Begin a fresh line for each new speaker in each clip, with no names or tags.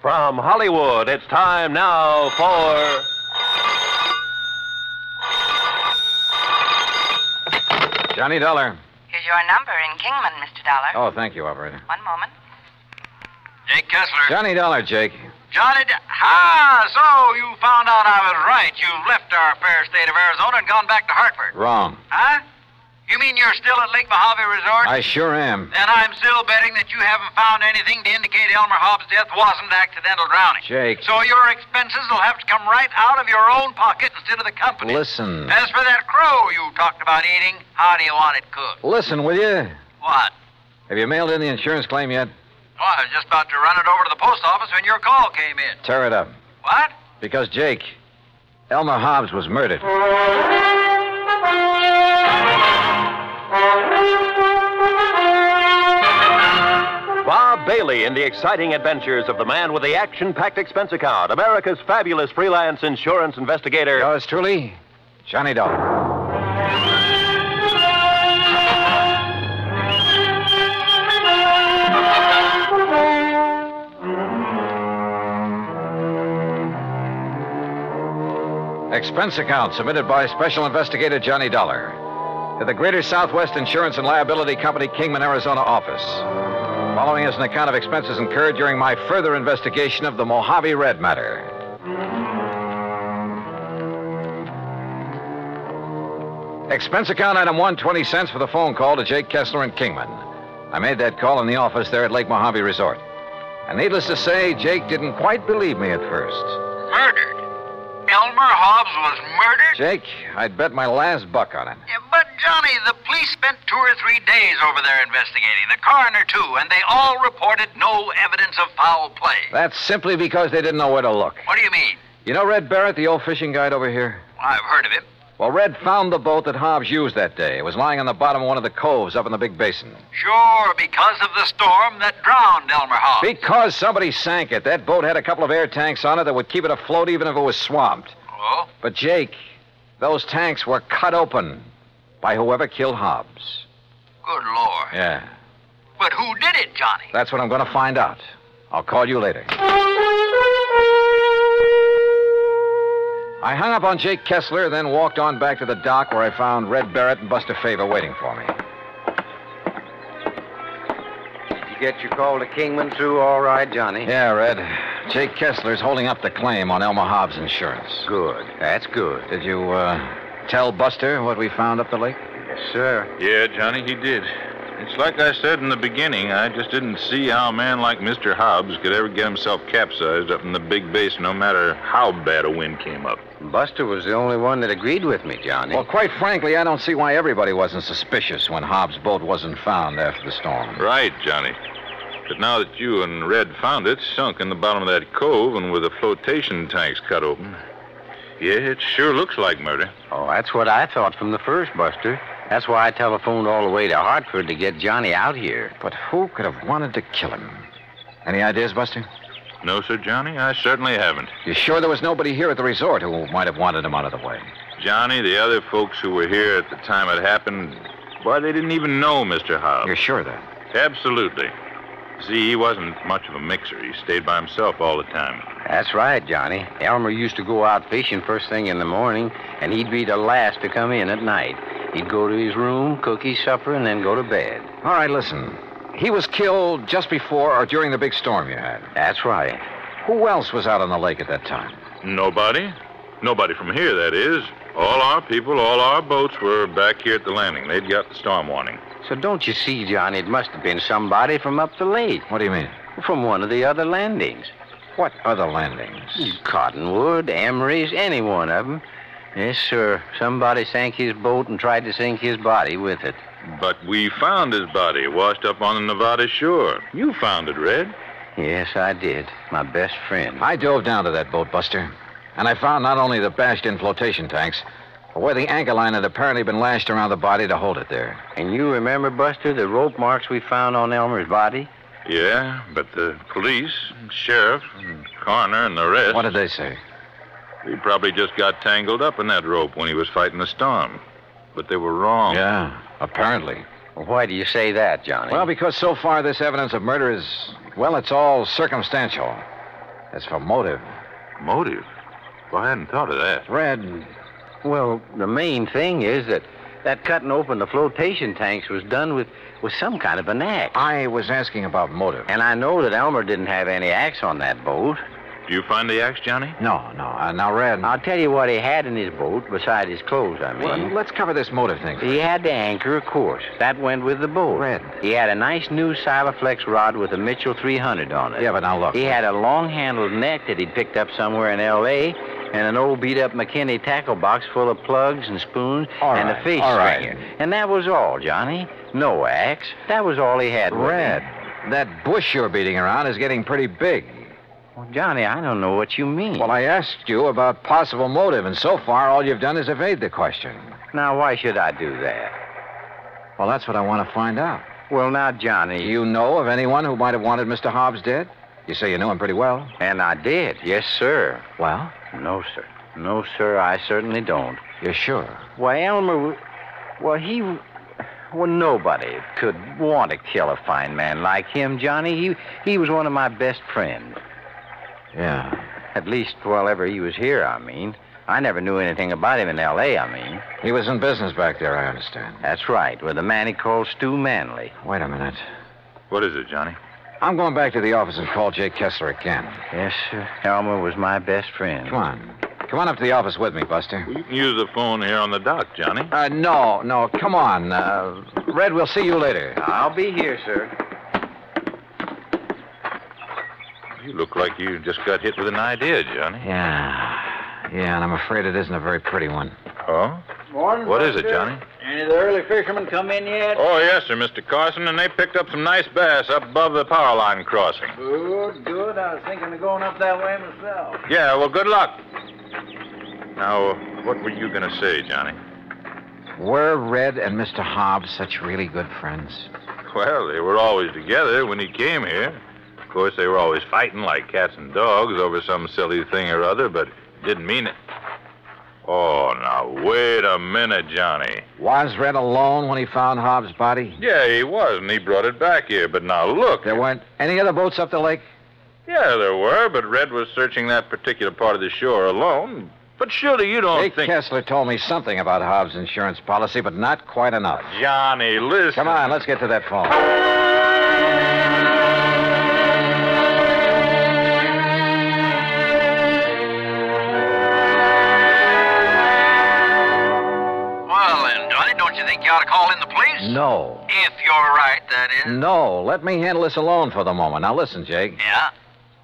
From Hollywood, it's time now for.
Johnny Dollar.
Here's your number in Kingman, Mr. Dollar.
Oh, thank you, operator.
One moment.
Jake Kessler.
Johnny Dollar, Jake.
Johnny. D- ah, so you found out I was right. You've left our fair state of Arizona and gone back to Hartford.
Wrong.
Huh? You mean you're still at Lake Mojave Resort?
I sure am.
Then I'm still betting that you haven't found anything to indicate Elmer Hobbs' death wasn't accidental drowning.
Jake.
So your expenses will have to come right out of your own pocket instead of the company.
Listen.
As for that crow you talked about eating, how do you want it cooked?
Listen, will you?
What?
Have you mailed in the insurance claim yet?
Well, I was just about to run it over to the post office when your call came in.
Tear it up.
What?
Because, Jake, Elmer Hobbs was murdered.
Bob Bailey in the exciting adventures of the man with the action packed expense account, America's fabulous freelance insurance investigator.
Yours truly, Johnny Dollar. Expense account submitted by Special Investigator Johnny Dollar to the Greater Southwest Insurance and Liability Company Kingman, Arizona office. Following is an account of expenses incurred during my further investigation of the Mojave Red matter. Expense account item one, 20 cents for the phone call to Jake Kessler and Kingman. I made that call in the office there at Lake Mojave Resort. And needless to say, Jake didn't quite believe me at first.
Murdered? Elmer Hobbs was murdered?
Jake, I'd bet my last buck on it.
Yeah, but, Johnny, the police spent two or three days over there investigating, the coroner, too, and they all reported no evidence of foul play.
That's simply because they didn't know where to look.
What do you mean?
You know Red Barrett, the old fishing guide over here?
Well, I've heard of him.
Well, Red found the boat that Hobbs used that day. It was lying on the bottom of one of the coves up in the Big Basin.
Sure, because of the storm that drowned Elmer Hobbs.
Because somebody sank it, that boat had a couple of air tanks on it that would keep it afloat even if it was swamped.
Oh?
But, Jake, those tanks were cut open by whoever killed Hobbs.
Good Lord.
Yeah.
But who did it, Johnny?
That's what I'm going to find out. I'll call you later. I hung up on Jake Kessler, then walked on back to the dock where I found Red Barrett and Buster Favor waiting for me.
You get your call to Kingman through all right, Johnny?
Yeah, Red. Jake Kessler's holding up the claim on Elmer Hobbs Insurance.
Good. That's good.
Did you, uh, tell Buster what we found up the lake?
Yes, sir.
Yeah, Johnny, he did. It's like I said in the beginning, I just didn't see how a man like Mr. Hobbs could ever get himself capsized up in the big basin, no matter how bad a wind came up.
Buster was the only one that agreed with me, Johnny.
Well, quite frankly, I don't see why everybody wasn't suspicious when Hobbs' boat wasn't found after the storm.
Right, Johnny. But now that you and Red found it, sunk in the bottom of that cove and with the flotation tanks cut open. Yeah, it sure looks like murder.
Oh, that's what I thought from the first, Buster. That's why I telephoned all the way to Hartford to get Johnny out here.
But who could have wanted to kill him? Any ideas, Buster?
No, sir, Johnny, I certainly haven't.
You sure there was nobody here at the resort who might have wanted him out of the way?
Johnny, the other folks who were here at the time it happened, why, they didn't even know Mr. Hobbs.
You're sure of that?
Absolutely. See, he wasn't much of a mixer. He stayed by himself all the time.
That's right, Johnny. Elmer used to go out fishing first thing in the morning, and he'd be the last to come in at night. He'd go to his room, cook his supper, and then go to bed.
All right, listen. He was killed just before or during the big storm you had.
That's right.
Who else was out on the lake at that time?
Nobody? Nobody from here, that is. All our people, all our boats were back here at the landing. They'd got the storm warning.
So don't you see, Johnny, it must have been somebody from up the lake,
What do you mean?
from one of the other landings.
What other landings?
Cottonwood, Emery's, any one of 'em. Yes, sir. Somebody sank his boat and tried to sink his body with it.
But we found his body washed up on the Nevada shore. You found it, Red.
Yes, I did. My best friend.
I dove down to that boat, Buster, and I found not only the bashed in flotation tanks, but where the anchor line had apparently been lashed around the body to hold it there.
And you remember, Buster, the rope marks we found on Elmer's body?
Yeah, but the police, and sheriff, and coroner, and the rest.
What did they say?
He probably just got tangled up in that rope when he was fighting the storm. But they were wrong.
Yeah, apparently.
Why do you say that, Johnny?
Well, because so far this evidence of murder is, well, it's all circumstantial. As for motive,
Motive? Well, I hadn't thought of that.
Red, well, the main thing is that that cutting open the flotation tanks was done with, with some kind of an axe.
I was asking about motive.
And I know that Elmer didn't have any axe on that boat.
Do you find the axe, Johnny?
No, no. Uh, now, Red.
I'll tell you what he had in his boat, beside his clothes, I mean.
well, let's cover this motive thing.
He had the anchor, of course. That went with the boat.
Red.
He had a nice new Silaflex rod with a Mitchell 300 on it.
Yeah, but now look.
He had a long-handled net that he'd picked up somewhere in L.A. and an old beat-up McKinney tackle box full of plugs and spoons
All
and
right,
a fish
all right.
stringer. And that was all, Johnny. No axe. That was all he had. with him.
Red, that bush you're beating around is getting pretty big.
Well, Johnny, I don't know what you mean.
Well, I asked you about possible motive, and so far all you've done is evade the question.
Now, why should I do that?
Well, that's what I want to find out.
Well, now, Johnny,
Do you know of anyone who might have wanted Mr. Hobbs dead? You say you know him pretty well.
And I did. Yes, sir.
Well?
No, sir. No, sir, I certainly don't.
You're sure?
Why, Elmer, w- well, he. Well, nobody could want to kill a fine man like him, Johnny. He, he was one of my best friends.
Yeah.
At least, while ever he was here, I mean. I never knew anything about him in L.A., I mean.
He was in business back there, I understand.
That's right, with a man he called Stu Manley.
Wait a minute.
What is it, Johnny?
I'm going back to the office and call Jay Kessler again.
Yes, sir. Elmer was my best friend.
Come on. Come on up to the office with me, Buster.
You can use the phone here on the dock, Johnny.
Uh, no, no, come on. Uh, Red, we'll see you later.
I'll be here, sir.
You look like you just got hit with an idea, Johnny.
Yeah. Yeah, and I'm afraid it isn't a very pretty one.
Oh?
Morning.
What is
Buster.
it, Johnny?
Any of the early fishermen come in yet?
Oh, yes, sir, Mr. Carson, and they picked up some nice bass up above the power line crossing.
Good, good. I was thinking of going up that way myself.
Yeah, well, good luck. Now, what were you going to say, Johnny?
Were Red and Mr. Hobbs such really good friends?
Well, they were always together when he came here. Of course, they were always fighting like cats and dogs over some silly thing or other, but didn't mean it. Oh, now, wait a minute, Johnny.
Was Red alone when he found Hobbs' body?
Yeah, he was, and he brought it back here, but now look.
There weren't any other boats up the lake?
Yeah, there were, but Red was searching that particular part of the shore alone. But surely you don't
Jake
think.
Kessler told me something about Hobbs' insurance policy, but not quite enough.
Johnny, listen.
Come on, let's get to that phone.
Well, then, Johnny, don't you think you ought to call in the police?
No.
If you're right, that is.
No, let me handle this alone for the moment. Now, listen, Jake.
Yeah?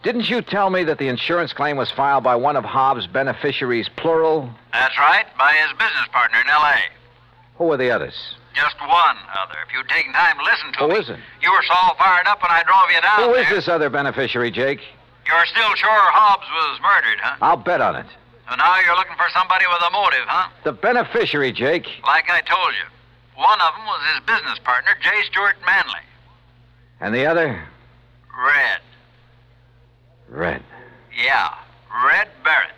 Didn't you tell me that the insurance claim was filed by one of Hobbs' beneficiaries, plural?
That's right, by his business partner in L.A.
Who were the others?
Just one other. If you'd taken time to listen to
Who
me.
is it?
You were so fired up when I drove you down
Who is
there.
this other beneficiary, Jake?
You're still sure Hobbs was murdered, huh?
I'll bet on it.
So now you're looking for somebody with a motive, huh?
The beneficiary, Jake.
Like I told you. One of them was his business partner, J. Stuart Manley.
And the other?
Red.
Red.
Yeah. Red Barrett.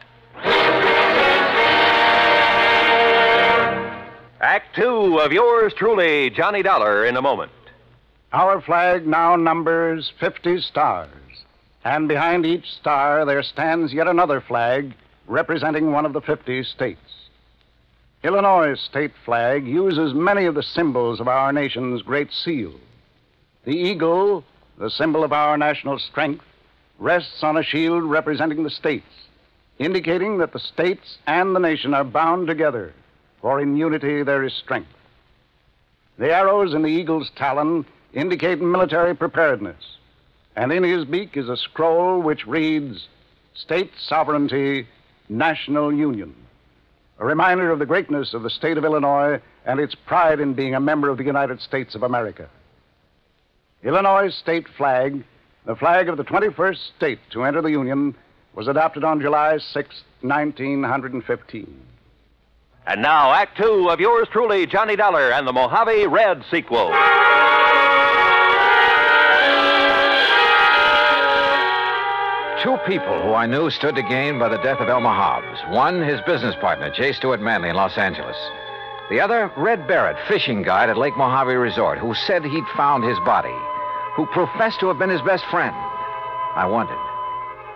Act two of yours truly, Johnny Dollar, in a moment.
Our flag now numbers 50 stars. And behind each star, there stands yet another flag representing one of the 50 states. Illinois' state flag uses many of the symbols of our nation's great seal. The eagle, the symbol of our national strength, rests on a shield representing the states, indicating that the states and the nation are bound together, for in unity there is strength. The arrows in the eagle's talon indicate military preparedness, and in his beak is a scroll which reads State Sovereignty, National Union, a reminder of the greatness of the state of Illinois and its pride in being a member of the United States of America. Illinois' state flag, the flag of the 21st state to enter the Union, was adopted on July 6, 1915.
And now, Act two of yours truly, Johnny Dollar and the Mojave Red sequel.
Two people who I knew stood to gain by the death of Elmer Hobbs. One, his business partner, J. Stuart Manley in Los Angeles. The other, Red Barrett, fishing guide at Lake Mojave Resort, who said he'd found his body, who professed to have been his best friend. I wondered,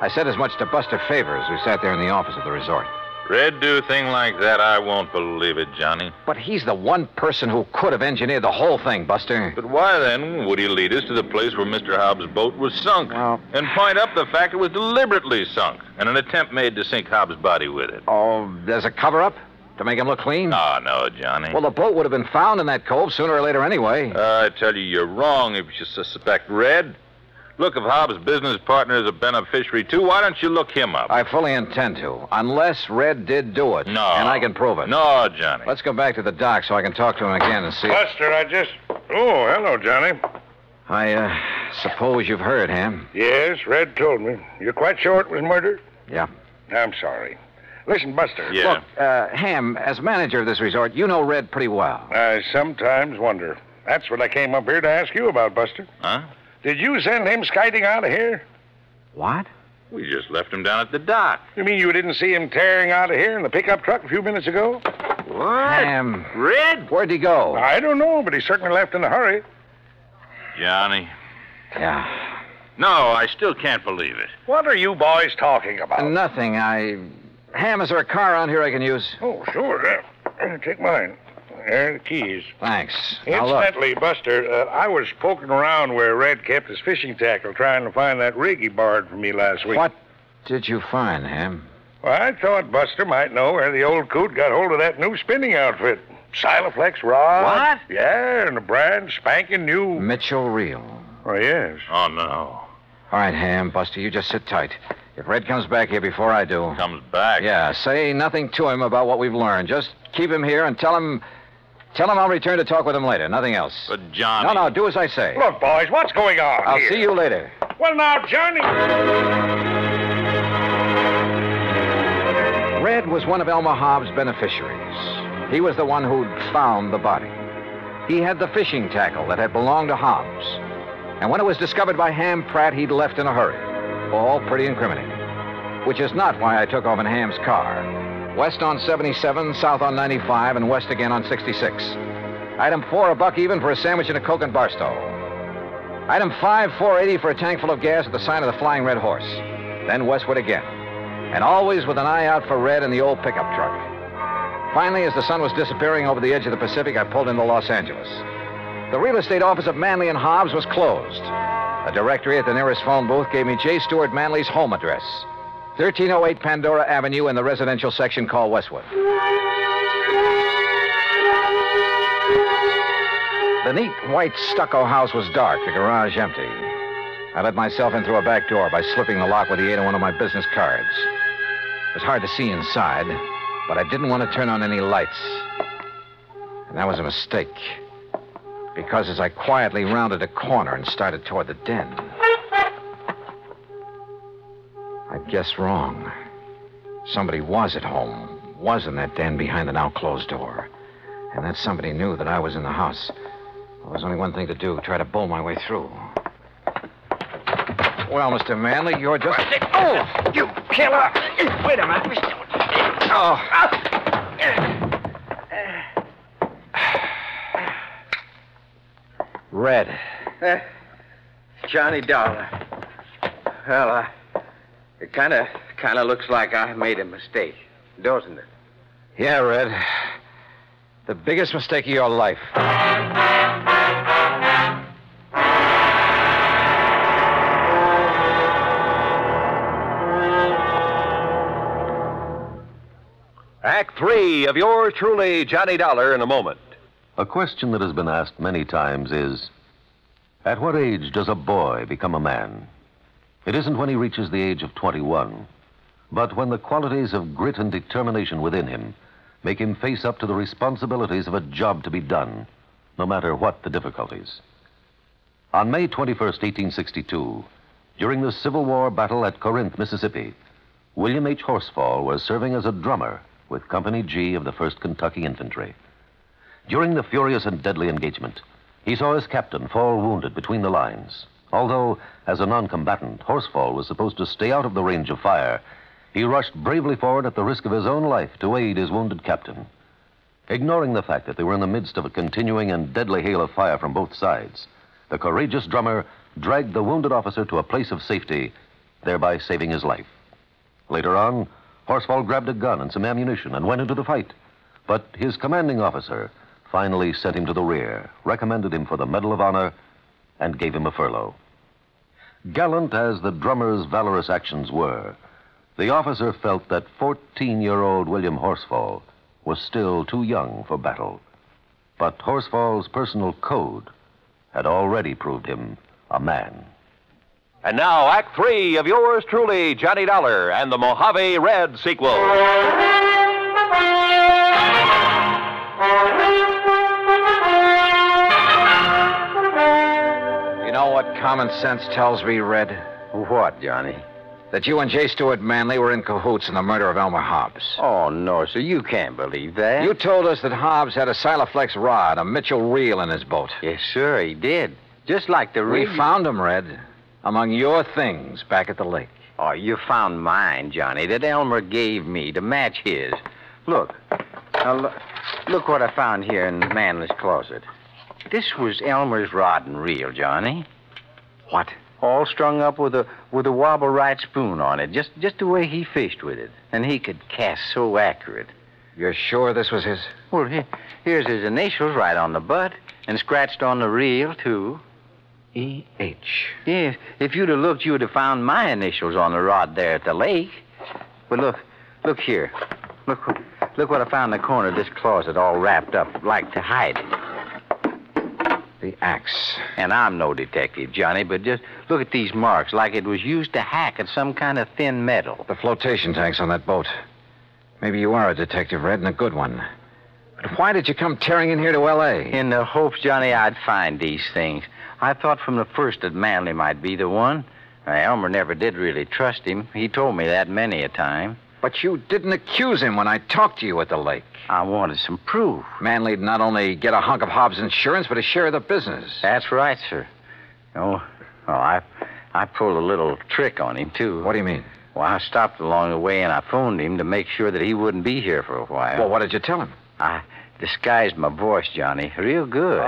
I said as much to Buster Favors, who sat there in the office of the resort.
Red do a thing like that, I won't believe it, Johnny.
But he's the one person who could have engineered the whole thing, Buster.
But why then would he lead us to the place where Mr. Hobbs' boat was sunk
Well-
and point up the fact it was deliberately sunk and an attempt made to sink Hobbs' body with it?
Oh, there's a cover up to make him look clean?
Oh, no, Johnny.
Well, the boat would have been found in that cove sooner or later anyway.
I tell you, you're wrong if you suspect Red. Look, if Hobbs' business partner is a beneficiary, too, why don't you look him up?
I fully intend to, unless Red did do it.
No.
And I can prove it.
No, Johnny.
Let's go back to the dock so I can talk to him again and see.
Buster, I just. Oh, hello, Johnny.
I uh, suppose you've heard, Ham.
Yes, Red told me. You're quite sure it was murder?
Yeah.
I'm sorry. Listen, Buster.
Yeah.
Look, uh, Ham, as manager of this resort, you know Red pretty well.
I sometimes wonder. That's what I came up here to ask you about, Buster.
Huh?
Did you send him skiting out of here?
What?
We just left him down at the dock.
You mean you didn't see him tearing out of here in the pickup truck a few minutes ago?
What?
Ham,
Red?
where'd he go?
I don't know, but he certainly left in a hurry.
Johnny.
Yeah.
No, I still can't believe it.
What are you boys talking about?
Nothing. I. Ham, is there a car around here I can use?
Oh, sure. Uh, Take mine. There are the keys.
Thanks. Now look.
Incidentally, Buster, uh, I was poking around where Red kept his fishing tackle trying to find that rig he borrowed from me last week.
What did you find, Ham?
Well, I thought Buster might know where the old coot got hold of that new spinning outfit. Siloflex rod. What? Yeah, and a brand spanking new.
Mitchell Reel.
Oh, yes.
Oh, no.
All right, Ham, Buster, you just sit tight. If Red comes back here before I do,
Comes back.
yeah, say nothing to him about what we've learned. Just keep him here and tell him. Tell him I'll return to talk with him later. Nothing else.
But, Johnny.
No, no, do as I say.
Look, boys, what's going on?
I'll
here?
see you later.
Well, now, Johnny.
Red was one of Elmer Hobbs' beneficiaries. He was the one who'd found the body. He had the fishing tackle that had belonged to Hobbs. And when it was discovered by Ham Pratt, he'd left in a hurry. All pretty incriminating. Which is not why I took off in Ham's car. West on 77, south on 95, and west again on 66. Item 4, a buck even for a sandwich and a Coke and Barstow. Item 5, 480 for a tank full of gas at the sign of the Flying Red Horse. Then westward again. And always with an eye out for Red and the old pickup truck. Finally, as the sun was disappearing over the edge of the Pacific, I pulled into Los Angeles. The real estate office of Manley and Hobbs was closed. A directory at the nearest phone booth gave me J. Stewart Manley's home address 1308 Pandora Avenue in the residential section called Westwood. The neat white stucco house was dark, the garage empty. I let myself in through a back door by slipping the lock with the aid of one of my business cards. It was hard to see inside, but I didn't want to turn on any lights. And that was a mistake. Because as I quietly rounded a corner and started toward the den, I guessed wrong. Somebody was at home, was in that den behind the now closed door. And that somebody knew that I was in the house. Well, there's only one thing to do try to bowl my way through. Well, Mr. Manley, you're just. Oh, you killer! Wait a minute. Oh. Red.
Uh, Johnny Dollar. Well, uh, it kind of kind of looks like I made a mistake, doesn't it?
Yeah, Red. The biggest mistake of your life.
Act three of yours truly, Johnny Dollar, in a moment.
A question that has been asked many times is At what age does a boy become a man? It isn't when he reaches the age of 21, but when the qualities of grit and determination within him make him face up to the responsibilities of a job to be done, no matter what the difficulties. On May 21st, 1862, during the Civil War battle at Corinth, Mississippi, William H. Horsfall was serving as a drummer with Company G of the 1st Kentucky Infantry. During the furious and deadly engagement, he saw his captain fall wounded between the lines. Although, as a non combatant, Horsefall was supposed to stay out of the range of fire, he rushed bravely forward at the risk of his own life to aid his wounded captain. Ignoring the fact that they were in the midst of a continuing and deadly hail of fire from both sides, the courageous drummer dragged the wounded officer to a place of safety thereby saving his life. Later on, Horsfall grabbed a gun and some ammunition and went into the fight. But his commanding officer finally sent him to the rear, recommended him for the Medal of Honor, and gave him a furlough. Gallant as the drummer's valorous actions were, the officer felt that 14 year old William Horsfall was still too young for battle. But Horsfall's personal code had already proved him a man.
And now, Act Three of yours truly, Johnny Dollar and the Mojave Red sequel.
You know what common sense tells me, Red?
What, Johnny?
That you and J. Stewart Manley were in cahoots in the murder of Elmer Hobbs.
Oh, no, sir, you can't believe that.
You told us that Hobbs had a Siloflex rod, a Mitchell reel in his boat.
Yes, sir, he did. Just like the
We
real.
found him, Red, among your things back at the lake.
Oh, you found mine, Johnny, that Elmer gave me to match his. Look. Now, look, look what I found here in Manley's closet. This was Elmer's rod and reel, Johnny. What? All strung up with a with a wobble right spoon on it, just just the way he fished with it, and he could cast so accurate.
You're sure this was his?
Well, here, here's his initials right on the butt, and scratched on the reel too. E
H.
Yes, if you'd have looked, you'd have found my initials on the rod there at the lake. But look, look here. Look, wh- look what I found in the corner of this closet, all wrapped up, like to hide it.
The axe.
And I'm no detective, Johnny, but just look at these marks, like it was used to hack at some kind of thin metal.
The flotation tanks on that boat. Maybe you are a detective, Red, and a good one. But why did you come tearing in here to L.A.?
In the hopes, Johnny, I'd find these things. I thought from the first that Manley might be the one. Uh, Elmer never did really trust him. He told me that many a time.
But you didn't accuse him when I talked to you at the lake.
I wanted some proof.
Manley'd not only get a hunk of Hobbs' insurance, but a share of the business.
That's right, sir. Oh, oh, I, I pulled a little trick on him too.
What do you mean?
Well, I stopped along the way and I phoned him to make sure that he wouldn't be here for a while.
Well, what did you tell him?
I disguised my voice, Johnny, real good.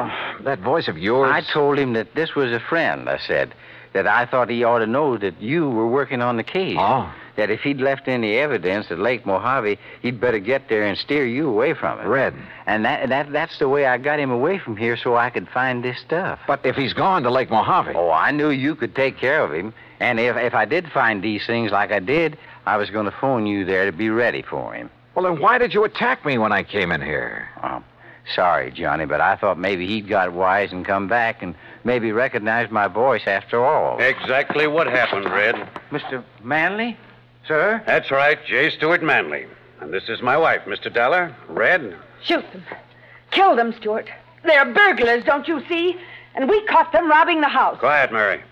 that voice Oh, of yours.
I told him that this was a friend. I said that I thought he ought to know that you were working on the case.
Oh.
That if he'd left any evidence at Lake Mojave, he'd better get there and steer you away from it.
Red.
And that, that that's the way I got him away from here so I could find this stuff.
But if he's gone to Lake Mojave.
Oh, I knew you could take care of him. And if, if I did find these things like I did, I was going to phone you there to be ready for him.
Well, then why did you attack me when I came in here?
Um, sorry, Johnny, but I thought maybe he'd got wise and come back and maybe recognized my voice after all.
Exactly what happened, Red.
Mr. Manley? Sir?
That's right, J. Stewart Manley. And this is my wife, Mr. Dollar. Red.
Shoot them. Kill them, Stuart. They're burglars, don't you see? And we caught them robbing the house.
Quiet, Mary.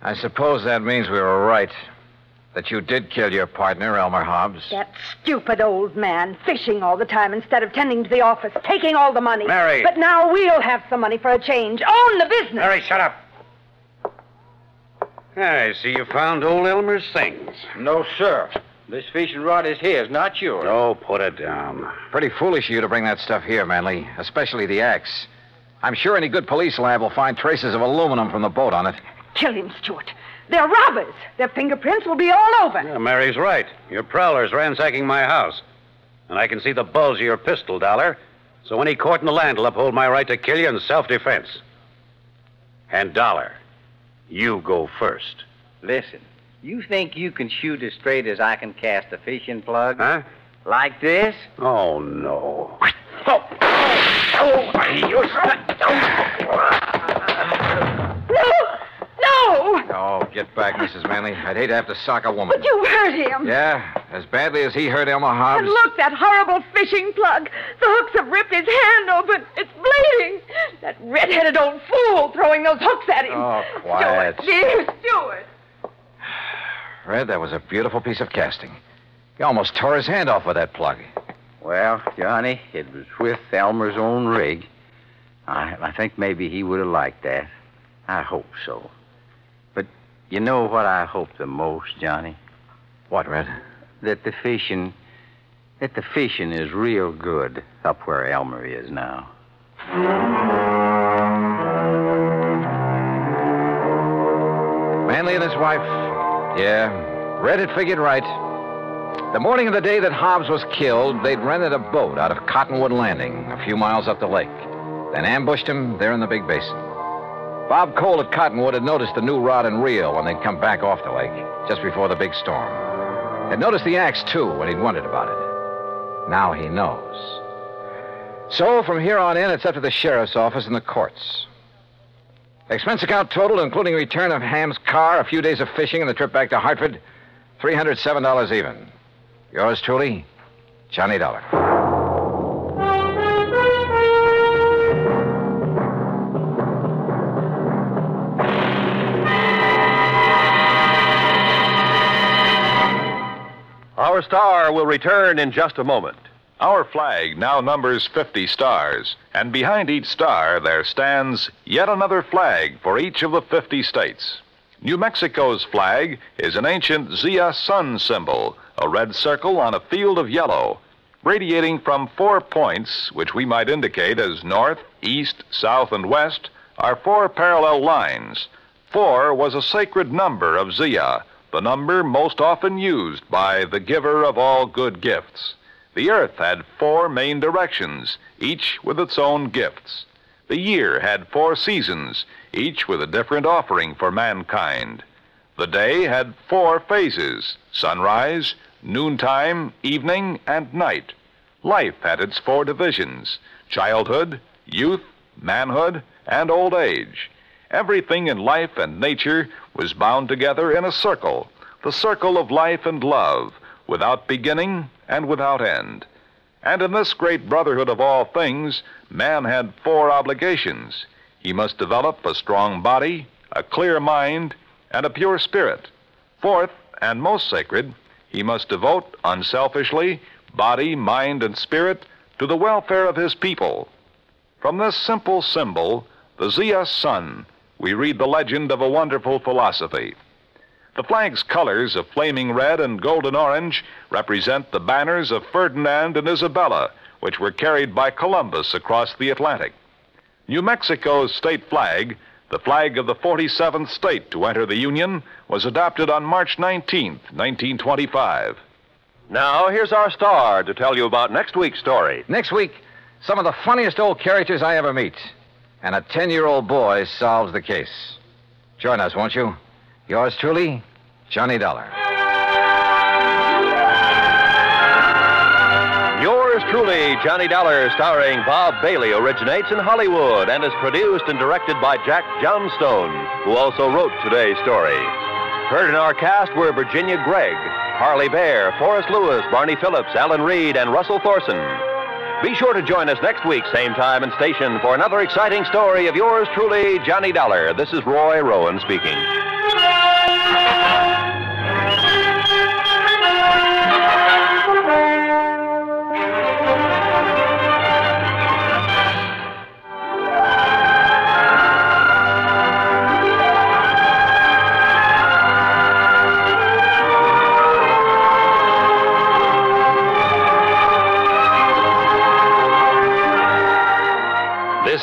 I suppose that means we were right. That you did kill your partner, Elmer Hobbs.
That stupid old man, fishing all the time instead of tending to the office, taking all the money.
Mary.
But now we'll have some money for a change. Own the business.
Mary, shut up. I see you found old Elmer's things.
No, sir. This fishing rod is his, not yours.
Oh, put it down.
Pretty foolish of you to bring that stuff here, Manley, especially the axe. I'm sure any good police lab will find traces of aluminum from the boat on it.
Kill him, Stuart. They're robbers. Their fingerprints will be all over.
Yeah, Mary's right. Your prowler's ransacking my house. And I can see the bulge of your pistol, Dollar. So any court in the land will uphold my right to kill you in self defense. And, Dollar, you go first.
Listen, you think you can shoot as straight as I can cast a fishing plug?
Huh?
Like this?
Oh, no.
Oh,
No! No!
Oh, get back, Mrs. Manley. I'd hate to have to sock a woman.
But you hurt him.
Yeah, as badly as he hurt Elmer Hobbs.
And look, that horrible fishing plug. The hooks have ripped his hand open. It's bleeding. That red-headed old fool throwing those hooks at him.
Oh, quiet.
Stuart, dear Stuart.
Red, that was a beautiful piece of casting. He almost tore his hand off with that plug.
Well, Johnny, it was with Elmer's own rig. I, I think maybe he would have liked that. I hope so. But you know what I hope the most, Johnny?
What, Red?
That the fishing, that the fishing is real good up where Elmer is now.
Manley and his wife Yeah, Red had figured right. The morning of the day that Hobbs was killed, they'd rented a boat out of Cottonwood Landing, a few miles up the lake, then ambushed him there in the big basin. Bob Cole at Cottonwood had noticed the new rod and reel when they'd come back off the lake, just before the big storm. Had noticed the axe, too, when he'd wondered about it. Now he knows. So from here on in, it's up to the sheriff's office and the courts. Expense account total, including return of Ham's car, a few days of fishing, and the trip back to Hartford, $307 even. Yours truly, Johnny Dollar.
Our star will return in just a moment.
Our flag now numbers 50 stars, and behind each star there stands yet another flag for each of the 50 states. New Mexico's flag is an ancient Zia sun symbol, a red circle on a field of yellow, radiating from four points, which we might indicate as north, east, south, and west, are four parallel lines. Four was a sacred number of Zia, the number most often used by the giver of all good gifts. The earth had four main directions, each with its own gifts. The year had four seasons, each with a different offering for mankind. The day had four phases sunrise, noontime, evening, and night. Life had its four divisions childhood, youth, manhood, and old age. Everything in life and nature was bound together in a circle, the circle of life and love, without beginning and without end. And in this great brotherhood of all things, man had four obligations. He must develop a strong body, a clear mind, and a pure spirit. Fourth, and most sacred, he must devote unselfishly body, mind, and spirit to the welfare of his people. From this simple symbol, the Zia Sun, we read the legend of a wonderful philosophy. The flag's colors of flaming red and golden orange represent the banners of Ferdinand and Isabella, which were carried by Columbus across the Atlantic. New Mexico's state flag, the flag of the 47th state to enter the Union, was adopted on March 19, 1925.
Now, here's our star to tell you about next week's story.
Next week, some of the funniest old characters I ever meet. And a 10 year old boy solves the case. Join us, won't you? Yours truly, Johnny Dollar.
Yours truly, Johnny Dollar, starring Bob Bailey, originates in Hollywood and is produced and directed by Jack Johnstone, who also wrote today's story. Heard in our cast were Virginia Gregg, Harley Bear, Forrest Lewis, Barney Phillips, Alan Reed, and Russell Thorson. Be sure to join us next week, same time and station, for another exciting story of yours truly, Johnny Dollar. This is Roy Rowan speaking.
This